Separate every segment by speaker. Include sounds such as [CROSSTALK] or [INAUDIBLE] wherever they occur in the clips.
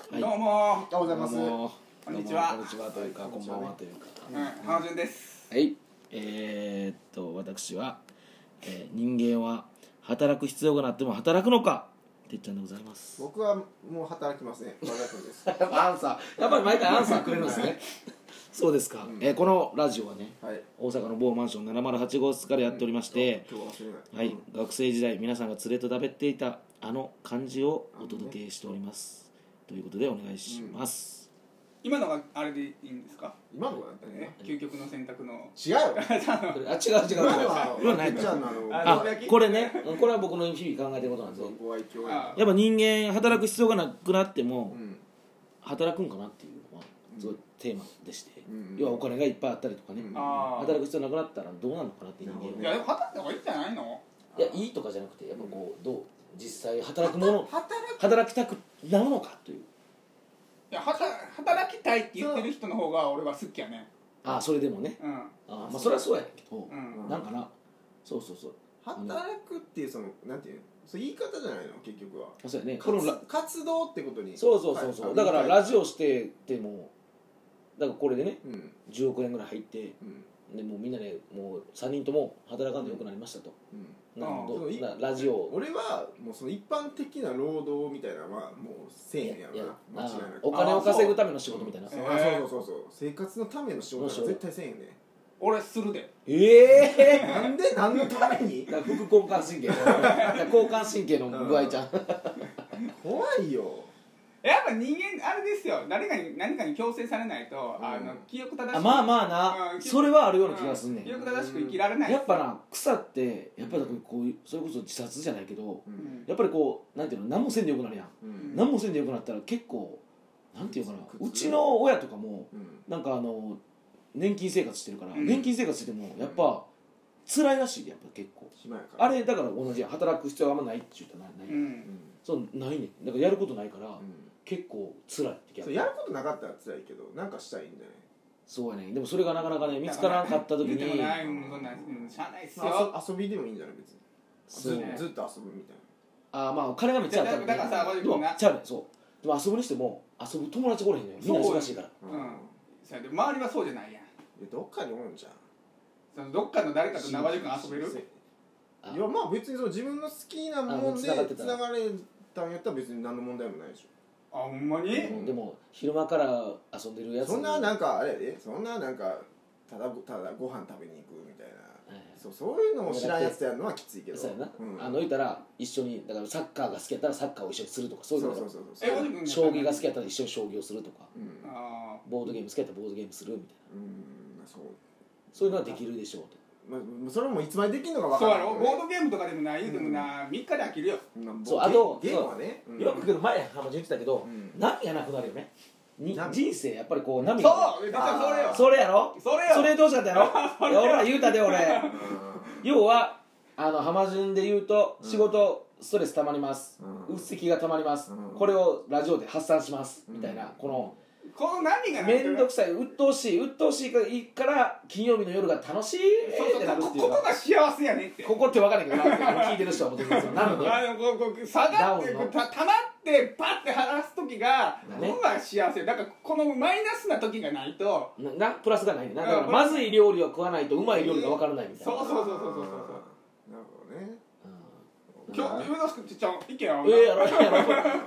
Speaker 1: よ。
Speaker 2: おはようございます
Speaker 3: どうも
Speaker 1: こんにちは
Speaker 3: どうもこんにちはというか、
Speaker 2: はい
Speaker 3: こんばんはというか。
Speaker 1: うん、浜順です。
Speaker 3: はい、えー、っと、私は、えー人間は働く必要がなくても働くのか。てっちゃんでございます。
Speaker 2: 僕はもう働きますね和田君です [LAUGHS] は
Speaker 3: やっぱアンサー、やっぱり毎回アンサーくれるんですね。 [LAUGHS] そうですか、えーこのラジオはね、
Speaker 2: い
Speaker 3: 大阪の某マンション708号室からやっておりまして。
Speaker 2: 今日は忘れない
Speaker 3: はい、学生時代皆さんが連れとだべっていたあの漢字をお届けしております、ということでお願いします、
Speaker 1: 今のがあれでいいんですか？
Speaker 2: 今のは何だ
Speaker 1: え
Speaker 2: ね
Speaker 1: 究極の選択の。
Speaker 2: 違うよ
Speaker 3: あ違う違う
Speaker 2: [LAUGHS] 今のは
Speaker 3: 今ない
Speaker 2: てっちゃんのあの
Speaker 3: あ
Speaker 1: あ
Speaker 3: これねうんこれは僕の日々考えてることなんですよ
Speaker 2: ご愛嬌
Speaker 1: あ
Speaker 3: やっぱ人間働く必要がなくなって
Speaker 2: う
Speaker 3: も
Speaker 2: ん
Speaker 3: 働くんかなっていうのはすごいテーマでして、
Speaker 2: うん
Speaker 3: 要はお金がいっぱいあったりとかね、
Speaker 2: うん
Speaker 1: ああ。
Speaker 3: 働く必要なくなったらどうなのかなって人間
Speaker 2: なるほ
Speaker 3: は
Speaker 2: ど
Speaker 1: いやでも働いた
Speaker 2: ね
Speaker 1: 方がいいんじゃないの？
Speaker 3: いやいいとかじゃなくてやっぱこうどう実際働くもの
Speaker 1: 働く
Speaker 3: 働きたくなるのかという
Speaker 1: いやはた働きたいって言ってる人の方が俺は好きやね。
Speaker 3: ああそれでもね
Speaker 1: うん
Speaker 3: ああまあそれはそうやけど、
Speaker 1: うん。
Speaker 3: なんかなそうそうそう
Speaker 2: 働くっていうそのなんていうのそれ言い方じゃないの結局は
Speaker 3: そうやねこのラ
Speaker 2: 活活動ってことに
Speaker 3: そうそうそうそう、だからラジオしててもだからこれでね
Speaker 2: オうん
Speaker 3: 10億円ぐらい入って
Speaker 2: うん
Speaker 3: でもうみんなでもう3人とも働かんでよくなりましたと、
Speaker 2: うん
Speaker 3: なる
Speaker 2: ああそう
Speaker 3: ほ
Speaker 2: いい
Speaker 3: どなラジオ
Speaker 2: 俺はもうその一般的な労働みたいなのはもうせえへんやろな間違いな
Speaker 3: ああ
Speaker 2: く
Speaker 3: お金を稼ぐための仕事みたいな
Speaker 2: そう
Speaker 1: え
Speaker 2: あ
Speaker 1: ー
Speaker 2: そうそうそうそう生活のための仕事は絶対せえへんね
Speaker 1: 俺するで。
Speaker 3: ええ
Speaker 2: なんで何のために
Speaker 3: だから副交感神経だから交感神経の具合ちゃん、
Speaker 2: 怖いよ
Speaker 1: やっぱ人間あれですよ。誰かに何かに強制されないと、
Speaker 2: うん
Speaker 1: あの記憶正しく。
Speaker 3: あまあ [LAUGHS] まあな、
Speaker 1: うん
Speaker 3: それはあるような気がすんね
Speaker 1: 記
Speaker 3: ん
Speaker 1: 憶正しく生きられない。
Speaker 3: やっぱな草ってやっぱりこういうそれこそ自殺じゃないけど
Speaker 1: う
Speaker 2: う
Speaker 1: んん。
Speaker 3: やっぱりこうなんていうの何もせんでよくなるやん
Speaker 2: うん
Speaker 3: 何もせんでよくなったら結構なんていうかな
Speaker 2: 苦痛
Speaker 3: うちの親とかも
Speaker 2: うん
Speaker 3: なんかあの年金生活してるから、
Speaker 1: うん
Speaker 3: 年金生活しててもやっぱ辛いらしいでやっぱ結構
Speaker 2: 暇やから
Speaker 3: あれだから同じや働く必要あんまないって言うたらな
Speaker 1: う。
Speaker 3: い、
Speaker 2: うんん
Speaker 3: そうないねんだからやることないから、
Speaker 2: うん
Speaker 3: 結構辛いって
Speaker 2: そうやることなかったら辛いけどなんかしたらいいんじゃない
Speaker 3: そうやねんでもそれがなかなかね見つからんかった時
Speaker 1: 言うて
Speaker 3: に
Speaker 1: もないもんそんなんうんしゃあないっす
Speaker 2: まあ
Speaker 1: よ。
Speaker 2: あそ遊びでもいいんじゃない別に
Speaker 3: そう
Speaker 2: ずずっと遊ぶみたい
Speaker 3: ああまあ金がめっちゃあったらね
Speaker 1: だからだからさ
Speaker 3: でも
Speaker 1: こういうのな
Speaker 3: ちゃうねんそうでも遊ぶにしても遊ぶ友達がおれへんのよみんな忙しいから
Speaker 2: な
Speaker 1: うん
Speaker 2: い
Speaker 1: それで周りはそうじゃないやん
Speaker 2: やどっかにおるんじゃん
Speaker 1: そのどっかの誰かと生塾遊べる
Speaker 3: あ
Speaker 2: いやまあ別にその自分の好きなも
Speaker 3: あも
Speaker 2: んで
Speaker 3: う繋がってた
Speaker 2: つながれたんやったら別に何の問題もないでし
Speaker 1: あほんまに
Speaker 3: うんでも昼間から遊んでるや
Speaker 2: ょ
Speaker 3: つ
Speaker 2: そんななんかあれやでそんななんかただごただご飯食べに行くみたいな
Speaker 3: はい
Speaker 2: そうそういうのを知らんやつやるのはきついけど
Speaker 3: そうやな、
Speaker 2: ん
Speaker 3: あの言ったら一緒にだからサッカーが好きやったらサッカーを一緒にするとかそ
Speaker 2: そうう
Speaker 3: いう
Speaker 2: そ
Speaker 3: こ
Speaker 2: う
Speaker 3: と
Speaker 2: そうそう
Speaker 1: え
Speaker 2: う
Speaker 1: 俺
Speaker 3: だ将棋が好きやったら一緒に将棋をするとか
Speaker 2: うん
Speaker 1: あ
Speaker 3: ボードゲーム好きやったらボードゲームするみたいな
Speaker 2: うんまあそう
Speaker 3: そういうのはできるでしょうと
Speaker 2: まあそれもいつまでできんのか
Speaker 1: あ
Speaker 2: 分
Speaker 1: そ
Speaker 2: か
Speaker 1: う
Speaker 2: ら
Speaker 1: や
Speaker 2: ん
Speaker 1: ろボード
Speaker 2: けどね
Speaker 1: ゲームとかでもな言うてもな3日で飽きるよ
Speaker 2: うん
Speaker 3: そうあと
Speaker 2: ゲームはねうん
Speaker 3: よくけど前浜ちゃん言ってたけ
Speaker 2: う
Speaker 3: ど、
Speaker 2: ん
Speaker 3: 波がなくなるよねに
Speaker 2: 波
Speaker 3: 人生やっぱりこう波が
Speaker 1: そう出たそれよ
Speaker 3: それやろ
Speaker 1: それよ
Speaker 3: それどうしたんだ
Speaker 1: [LAUGHS]
Speaker 3: よいや俺ら言うたで俺
Speaker 2: う
Speaker 3: 要はあの浜順で言うと仕事、ストレスたまります、
Speaker 2: う
Speaker 3: うんっせきがたまります、
Speaker 2: うん
Speaker 3: これをラジオで発散します、みたいな
Speaker 2: うん
Speaker 3: この
Speaker 1: この何が
Speaker 3: 面倒く
Speaker 1: さ
Speaker 3: さい鬱陶しい鬱陶しいから金曜日の夜が楽しい
Speaker 1: そう
Speaker 3: ってなる
Speaker 1: そう
Speaker 3: ってい
Speaker 1: こ
Speaker 3: う
Speaker 1: こ
Speaker 3: か
Speaker 1: が幸せやねんって
Speaker 3: ここって分かんないけどな聞いてる人はもちろ
Speaker 1: [LAUGHS]
Speaker 3: んそうなので
Speaker 1: あのこうこう下がって
Speaker 3: ダウンの
Speaker 1: たたまってパッて離す時が
Speaker 3: ね
Speaker 1: 僕は幸せだからこのマイナスな時がないと
Speaker 3: ななプラスがないねなだか
Speaker 1: う
Speaker 3: ら
Speaker 1: ん
Speaker 3: まずい料理を食わないとうまい料理が分からないみたいな、
Speaker 1: そうそうそうそうそうそう
Speaker 2: なるほどね
Speaker 3: うん
Speaker 1: 今日上田君ちっちゃん意見合う
Speaker 3: ええやろええやろ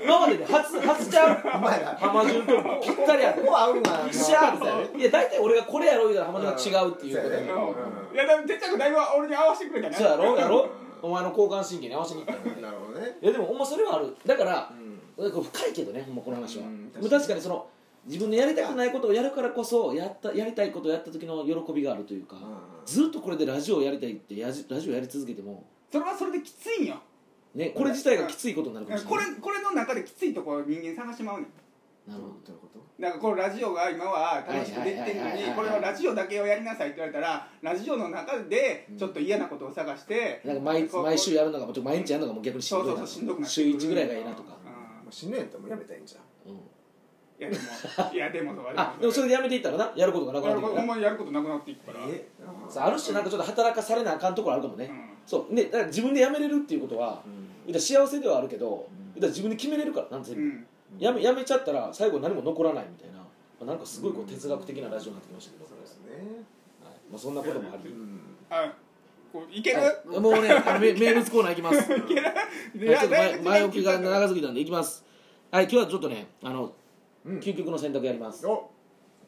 Speaker 3: 今までで初初ちゃう
Speaker 2: お前ら
Speaker 3: 浜順とぴったりやった
Speaker 2: もう合うな
Speaker 3: 一緒やみたいないや大体俺がこれやろ言うたら浜田が違うっていう
Speaker 2: そ
Speaker 3: こと
Speaker 2: うやね
Speaker 1: うんいやでもてっちゃん君だいぶ俺に合わせてくれたね
Speaker 3: そうやろやろお前の交感神経に合わせにいったよ
Speaker 2: なるほどね
Speaker 3: いやでもほんまそれはあるだから
Speaker 2: うん
Speaker 3: なんか深いけどねほんまこの話は、
Speaker 2: うん
Speaker 3: 確かに確かにその自分のやりたくないことをやるからこそやったやりたいことをやった時の喜びがあるというか、ずっとこれでラジオをやりたいってやじラジオやり続けても、
Speaker 1: それはそれできついんよ
Speaker 3: ね、これ自体がきついことになるかもしれ
Speaker 1: こ
Speaker 3: な
Speaker 1: れ
Speaker 3: い
Speaker 1: これの中できついところ人間探してまうねん
Speaker 3: なるほ
Speaker 2: どういうこと
Speaker 1: だからこのラジオが今は楽しくできてるの
Speaker 3: はいはいはいはい
Speaker 1: に
Speaker 3: はい
Speaker 1: これはラジオだけをやりなさいって言われたらラジオの中でちょっと嫌なことを探して、
Speaker 3: どなんか毎
Speaker 1: こう
Speaker 3: 毎週やるのがもうちょっと毎日やるのがもう逆にしん
Speaker 1: そう
Speaker 3: ど
Speaker 1: そ
Speaker 3: いうな
Speaker 1: そう
Speaker 3: と
Speaker 1: しんどくなって
Speaker 3: 週1ぐらいがいいなとか、
Speaker 1: うん
Speaker 2: まあ死ぬんやったらもうやめたいんじゃん
Speaker 3: うん
Speaker 1: いやでも [LAUGHS] いやでもそう
Speaker 3: あでもそれでやめていったらなやることがなくなってくる
Speaker 1: ほ
Speaker 3: なん
Speaker 1: まにやることなくなっていくから、
Speaker 2: え
Speaker 3: さあある種なんかちょっと働かされなあかんところあるかもね、そうでだから自分で辞めれるっていうことは、
Speaker 2: うん
Speaker 3: 言うたら幸せではあるけど、言うたら自分で決めれるからなんて、
Speaker 1: うん
Speaker 3: やめやめちゃったら最後何も残らないみたいな、まあなんかすごいこう哲学的なラジオになってきましたけど、
Speaker 2: そ
Speaker 3: こ
Speaker 2: うで
Speaker 3: れ
Speaker 2: すね
Speaker 3: はいまあ、そんなこともあり、
Speaker 2: うん
Speaker 1: あこういける、
Speaker 3: はいもうねあの名名物コーナーいきます
Speaker 1: いだいぶ時
Speaker 3: はいちょっと前
Speaker 1: 間
Speaker 3: 前置
Speaker 1: 切っ
Speaker 3: きが
Speaker 1: たから
Speaker 3: 長すぎたんでいきますはい今日はちょっとねあの、
Speaker 2: うん
Speaker 3: 究極の選択やります
Speaker 2: お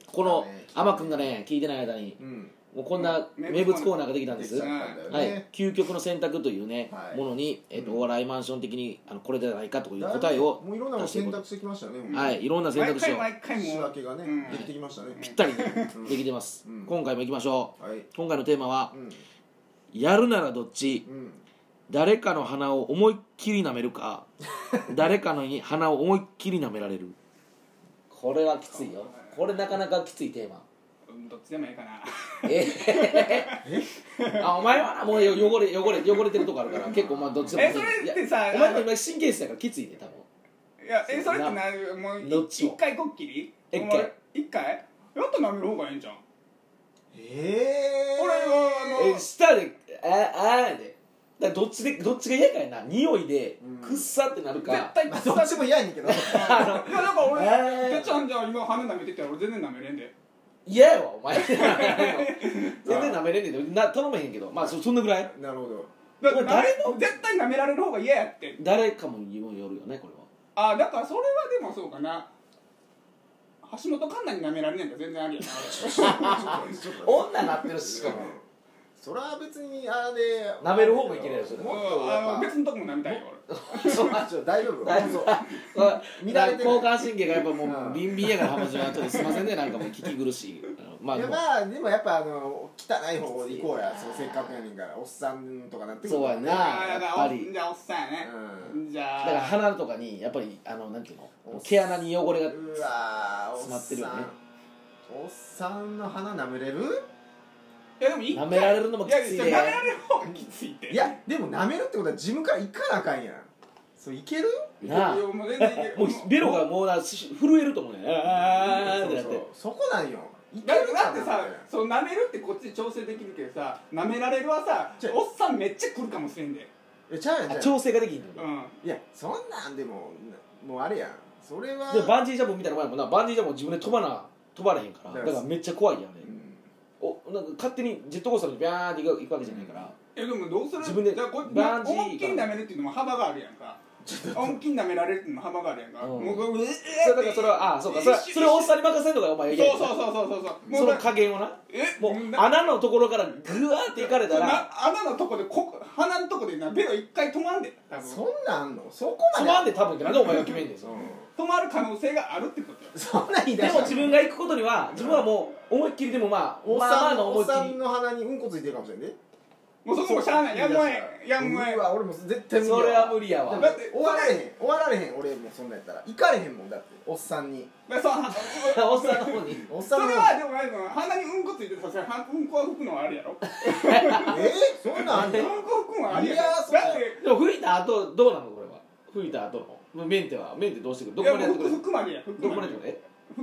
Speaker 3: この
Speaker 2: ね
Speaker 3: あまくんがね聞いてない間に
Speaker 2: うん
Speaker 3: もうこんな
Speaker 1: うん
Speaker 3: 名物コーナーができたんです、
Speaker 2: できちゃったんだよ
Speaker 3: は
Speaker 2: ね
Speaker 3: い、究極の選択というね、
Speaker 2: はい
Speaker 3: ものに、えっとお笑いマンション的にあのこれじゃないかという
Speaker 2: だぶ
Speaker 3: 答えを
Speaker 2: もういろんなの
Speaker 3: 出していこ
Speaker 2: 選
Speaker 3: う
Speaker 2: 択してきましたねもう
Speaker 3: はいいろんな選択肢を
Speaker 1: 毎回毎
Speaker 2: 仕
Speaker 1: 回もう
Speaker 2: 分けがね
Speaker 1: うん
Speaker 2: できてきましたね
Speaker 3: ぴったりね
Speaker 2: うん
Speaker 3: できてます、
Speaker 2: うん
Speaker 3: 今回もいきましょう、
Speaker 2: はい
Speaker 3: 今回のテーマは
Speaker 2: う、ん
Speaker 3: やるならどっち
Speaker 2: うん
Speaker 3: 誰かの鼻を思いっきり舐め
Speaker 2: [LAUGHS]
Speaker 3: るか誰かの鼻を思いっきり舐められるこれはきついよこれなかなかきついテーマ
Speaker 1: うんどっちでもいいかな
Speaker 3: え [LAUGHS] あお前はなもう汚れ汚れ汚れてるとこあるから結構まあどっちでも
Speaker 1: えそれって
Speaker 3: い
Speaker 1: さ
Speaker 3: やお前も今神経質だからきついね多分
Speaker 1: いやえそれってなもう
Speaker 3: どっちを
Speaker 1: 一回こっきり
Speaker 3: 一
Speaker 1: お
Speaker 3: 回
Speaker 1: 前一回やっと舐める方がいいんじゃん
Speaker 2: えー
Speaker 1: 俺 [LAUGHS] はあの
Speaker 3: え舌でああーでだからどっちでどっちが嫌かやな匂いで
Speaker 2: うん
Speaker 3: くっさってなるか、
Speaker 1: 絶対
Speaker 2: まあどっちも嫌やねんけど
Speaker 1: いやなんか
Speaker 3: えー
Speaker 1: 俺てっちゃんじゃあ今鼻舐めてたら俺全然舐めれんで
Speaker 3: 嫌やわお前全然舐めれんねんでな頼めへんけどまあそそんなぐらい
Speaker 2: [LAUGHS] なるほど
Speaker 1: だ
Speaker 3: これ誰
Speaker 1: の絶対舐められる方が嫌やって
Speaker 3: 誰かもにもよるよねこれは
Speaker 1: あだからそれはでもそうかな橋本環奈に舐められないんだ全然あるよな
Speaker 3: 女なってるししかも
Speaker 2: それは別にあれで
Speaker 3: 舐める方 [LAUGHS] もいけないよそれ
Speaker 2: もっ
Speaker 1: 俺
Speaker 2: と
Speaker 1: うんあ
Speaker 2: や
Speaker 1: の
Speaker 2: っ
Speaker 1: 別のとこも舐めたいよ俺
Speaker 2: ぱ [LAUGHS] ちょっと大丈夫
Speaker 3: 大丈夫あ
Speaker 2: 見られてない
Speaker 3: 交感神経がやっぱも
Speaker 2: う
Speaker 3: うんビンビンやから浜島はちょっとすいませんねなんかもう聞き苦しいあのまあ
Speaker 2: い
Speaker 3: で
Speaker 2: や
Speaker 3: も
Speaker 2: まあでもやっぱあの汚い方で行こうやそのせっかくやねんからおっさんとかなってくるから
Speaker 3: そうやな
Speaker 1: あーだから
Speaker 3: やっぱり
Speaker 1: じゃあおっさんやね
Speaker 2: うん
Speaker 1: じゃあ
Speaker 3: だから鼻とかにやっぱりあのなんていうの毛穴に汚れが
Speaker 2: うわー
Speaker 3: 詰まってるよね
Speaker 2: おっさんおっさんの鼻舐めれる
Speaker 1: いやでも一回
Speaker 3: 舐められるのもきつい
Speaker 1: や
Speaker 3: ね
Speaker 1: や舐められる方がきついって
Speaker 2: いやでも舐めるってことは自分から行かなあかんやんそういける
Speaker 3: なあ
Speaker 1: いやもう全然いける
Speaker 3: もうベロがもうなし震えると思うねあーあーあーってなっ
Speaker 2: そうそう
Speaker 3: て
Speaker 2: そこなんよい
Speaker 1: だってだって
Speaker 2: な
Speaker 1: さそう舐めるってこっちで調整できるけどさ舐められるはさ
Speaker 2: ちょ
Speaker 1: おっさんめっちゃ来るかもしれんで
Speaker 2: えちゃうやんちゃう
Speaker 3: あ
Speaker 2: やん
Speaker 3: 調整ができんの
Speaker 1: う
Speaker 3: で
Speaker 1: ん
Speaker 2: いやそんなんでももうあれやんそれは
Speaker 3: バンジージャンプみたいなもんやもんなバンジージャンプも自分で飛ばな飛ばれへんから
Speaker 2: だ
Speaker 3: だ
Speaker 2: か
Speaker 3: かららめっちゃ怖いやんね
Speaker 2: うん
Speaker 3: おなんか勝手にジェットコースターにビャーンって行く行くわけじゃないから
Speaker 1: えでもどうする
Speaker 3: 自分で
Speaker 1: じゃあこう
Speaker 3: バンジー
Speaker 1: 思いっきり舐めるっていうのも幅があるやんか思いっきり舐められるっていうのも幅があるやんか、
Speaker 3: うん
Speaker 1: もううえ
Speaker 3: それだからそれはああそうかそれはそれをおっさんに任せんのがお前
Speaker 1: そう
Speaker 3: 嫌や
Speaker 1: そうそうそうそうそう
Speaker 3: その加減をな
Speaker 1: え
Speaker 3: もう
Speaker 1: な
Speaker 3: 穴のところからグワーっていかれたら
Speaker 1: な穴のとこでこ鼻のとこでなベロ一回止まんで多分
Speaker 2: そんなんあんのそこま
Speaker 3: つ
Speaker 2: で
Speaker 3: まんで多分ってなんでお前が決めんねん
Speaker 2: う
Speaker 3: それ
Speaker 2: ん
Speaker 1: 止まる可能性があるってことよ
Speaker 2: そんなん言い出
Speaker 3: で
Speaker 2: し
Speaker 3: も
Speaker 2: たら
Speaker 3: 自分が行くことには自分はもう思いっきりでもまあ
Speaker 2: おっ
Speaker 3: まあま
Speaker 2: さ
Speaker 3: あ
Speaker 2: んの
Speaker 3: の
Speaker 2: お
Speaker 3: 思
Speaker 2: っさ
Speaker 3: いっ
Speaker 2: んの鼻にうんこついてるかもしれんで
Speaker 1: もうそこもしゃあないやむわえやむわえ
Speaker 2: うわ俺もう絶
Speaker 3: き
Speaker 2: 対
Speaker 3: り
Speaker 2: 無理や
Speaker 3: そ
Speaker 2: わ
Speaker 3: れは無理や
Speaker 2: でも
Speaker 3: わ
Speaker 1: だって
Speaker 2: 終わられへん終わられへん俺もうそんなんやったら行かれへんもんだっておっさんに
Speaker 1: でそう
Speaker 3: おっさんの方に
Speaker 2: おっさ
Speaker 1: そ
Speaker 2: んの
Speaker 1: れはでもあれの鼻にうんこついてたらさうんこは吹くのはあるやろうん
Speaker 2: えーそんなんあんの
Speaker 1: こ吹くのはあるや
Speaker 2: いやー
Speaker 1: ろ
Speaker 2: そう
Speaker 1: だって
Speaker 3: でも吹いた後どうなのこれは吹いた後のメンテはメンテどうしてくるど
Speaker 1: い
Speaker 3: こ
Speaker 1: や
Speaker 3: までやって
Speaker 1: も
Speaker 3: く
Speaker 1: う
Speaker 3: れる
Speaker 1: 吹くまでや吹く
Speaker 3: どこま
Speaker 1: ま
Speaker 3: で
Speaker 1: で
Speaker 3: やってくれる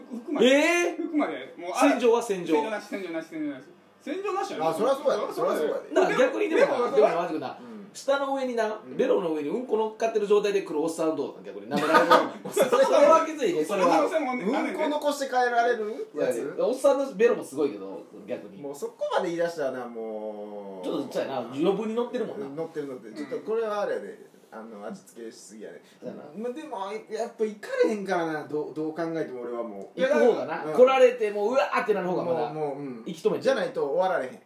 Speaker 1: 吹くまで
Speaker 3: え
Speaker 1: 吹くまでもう
Speaker 3: ー、
Speaker 1: あ
Speaker 3: 洗浄は洗
Speaker 1: 洗
Speaker 3: 浄
Speaker 1: 浄なし洗浄なし洗浄なし洗浄なしや
Speaker 2: あそりゃそうやで
Speaker 1: そりゃそうや
Speaker 2: そりゃそうや
Speaker 3: だから逆にでも
Speaker 1: でも
Speaker 3: でもマジくな
Speaker 2: うん
Speaker 3: 舌の上にな
Speaker 2: うん
Speaker 3: ベロの上にうんこ乗っかってる状態で来るおっさんはどうなん逆に舐められるそれはきついねそ
Speaker 1: そ
Speaker 3: れ
Speaker 1: の可能
Speaker 3: は
Speaker 1: 性もあんねん
Speaker 2: うんこ残して帰られるやつ
Speaker 3: おっさんのベロもすごいけど逆に
Speaker 2: もうそこまで言い出したらなもう
Speaker 3: ちょっとちっちゃいな余分に乗ってるもんな
Speaker 2: 乗ってる乗ってるちょっとこれはあれやであの味付けしすぎやで、
Speaker 3: そうやな
Speaker 2: まあでもやっぱ行かれへんからなどうどう考えても俺はもう
Speaker 1: いや
Speaker 3: 行く方がな
Speaker 2: うん
Speaker 3: 来られてもううわーってなる方がま
Speaker 2: もう
Speaker 3: だ
Speaker 2: もう、うん、
Speaker 3: 息止めて
Speaker 2: じゃないと終わられへん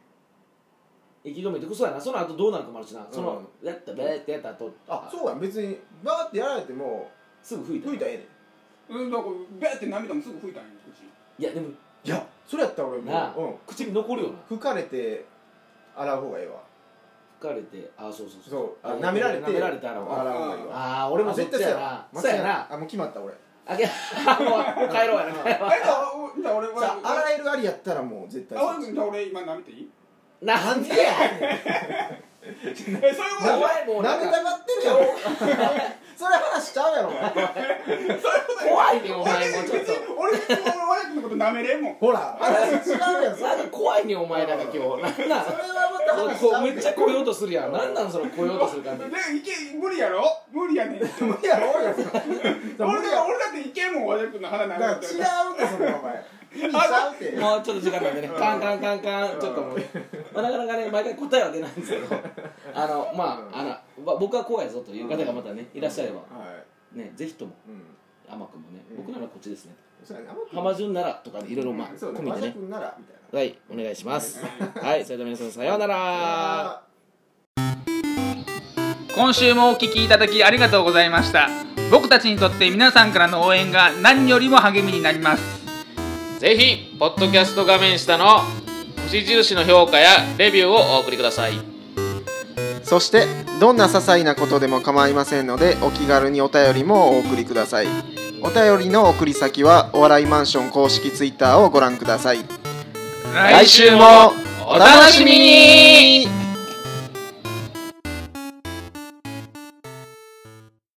Speaker 3: 息止めてくそやなその後どうなるかもあるしなそのやったべーってやった後
Speaker 2: あそうや別にバーってやられても
Speaker 3: すぐ吹いた
Speaker 2: 吹いたらええねん
Speaker 1: うんだからベーって涙もすぐ吹いたんやうち
Speaker 3: いやでも
Speaker 2: いやそれやったら俺
Speaker 3: なあ
Speaker 2: も
Speaker 3: 口に残るよな
Speaker 2: う、うん、吹かれて洗う方がええわ
Speaker 3: 吹かれてあそうそうそう
Speaker 2: そうあ舐められて
Speaker 3: 舐められて洗う
Speaker 2: 洗う方がええわ
Speaker 3: ああ俺も
Speaker 2: あ
Speaker 3: そっ
Speaker 2: 絶
Speaker 3: ち
Speaker 2: 対そう
Speaker 3: や
Speaker 2: や
Speaker 3: な
Speaker 2: わ
Speaker 3: そうやな
Speaker 2: あもう決まった俺
Speaker 3: あけもう帰ろうやな帰ろう
Speaker 1: あれだおじゃあ俺
Speaker 2: じゃ
Speaker 1: は
Speaker 2: あ洗えるありやったらもう絶対
Speaker 1: あ
Speaker 2: そっ
Speaker 1: 俺
Speaker 2: ち
Speaker 1: じゃあ俺今舐めていい
Speaker 3: なんでや
Speaker 1: えそういうこと
Speaker 3: お
Speaker 1: や
Speaker 3: 前もうな
Speaker 2: 舐
Speaker 3: ん
Speaker 2: め
Speaker 3: か
Speaker 2: たがってるやろ [LAUGHS] それ話しちゃうやろお前
Speaker 1: そういうことや
Speaker 3: 怖いねお前もうちょっ [LAUGHS]
Speaker 1: 別に俺別に俺のこと舐舐めれんもん
Speaker 2: ほら話違うやんそれ
Speaker 3: なんか怖いねお前なんか今日なんなん
Speaker 2: それはまた
Speaker 3: こ
Speaker 2: 話
Speaker 3: こ
Speaker 2: ちゃう
Speaker 3: め
Speaker 2: ねん
Speaker 3: っちゃ来ようとするやんなんなんその来ようとする感じ
Speaker 1: でいけ無理やろ無理やねんって
Speaker 2: 無理やろ俺だって
Speaker 1: 俺だ俺だっていけんもん和田君の鼻
Speaker 2: だ
Speaker 1: 舐
Speaker 2: か
Speaker 1: め
Speaker 2: ら違
Speaker 1: る
Speaker 2: う
Speaker 1: っ
Speaker 2: っててそれお前意味ちゃうって
Speaker 3: もうちょっと時間なんでね、カンカンカンカン、ちょっともうね、まあ、なかなかね、毎回答えは出ないんですけど、あの、まあ、あの、ま僕はこうやぞという方がまたね、いらっしゃれば、
Speaker 2: はい
Speaker 3: ね、ぜひとも、
Speaker 2: うん
Speaker 3: 天くんもね
Speaker 2: う、ん
Speaker 3: 僕ならこっちですね、
Speaker 2: そうやねあんま
Speaker 3: 浜順ならとかでいろいろ、まあ、
Speaker 2: りそう
Speaker 3: 込
Speaker 2: ね
Speaker 3: み
Speaker 2: 和
Speaker 3: で
Speaker 2: 田
Speaker 3: ね、
Speaker 2: 君ならみたいな
Speaker 3: はい、お願いします。はい、それでは皆さん、さようなら。
Speaker 4: 今週もお聞きいただきありがとうございました僕たちにとって皆さんからの応援が何よりも励みになります
Speaker 5: ぜひポッドキャスト画面下の星印の評価やレビューをお送りください
Speaker 2: そしてどんな些細なことでも構いませんのでお気軽にお便りもお送りくださいお便りの送り先はお笑いマンション公式ツイッターをご覧ください
Speaker 5: 来週もお楽しみに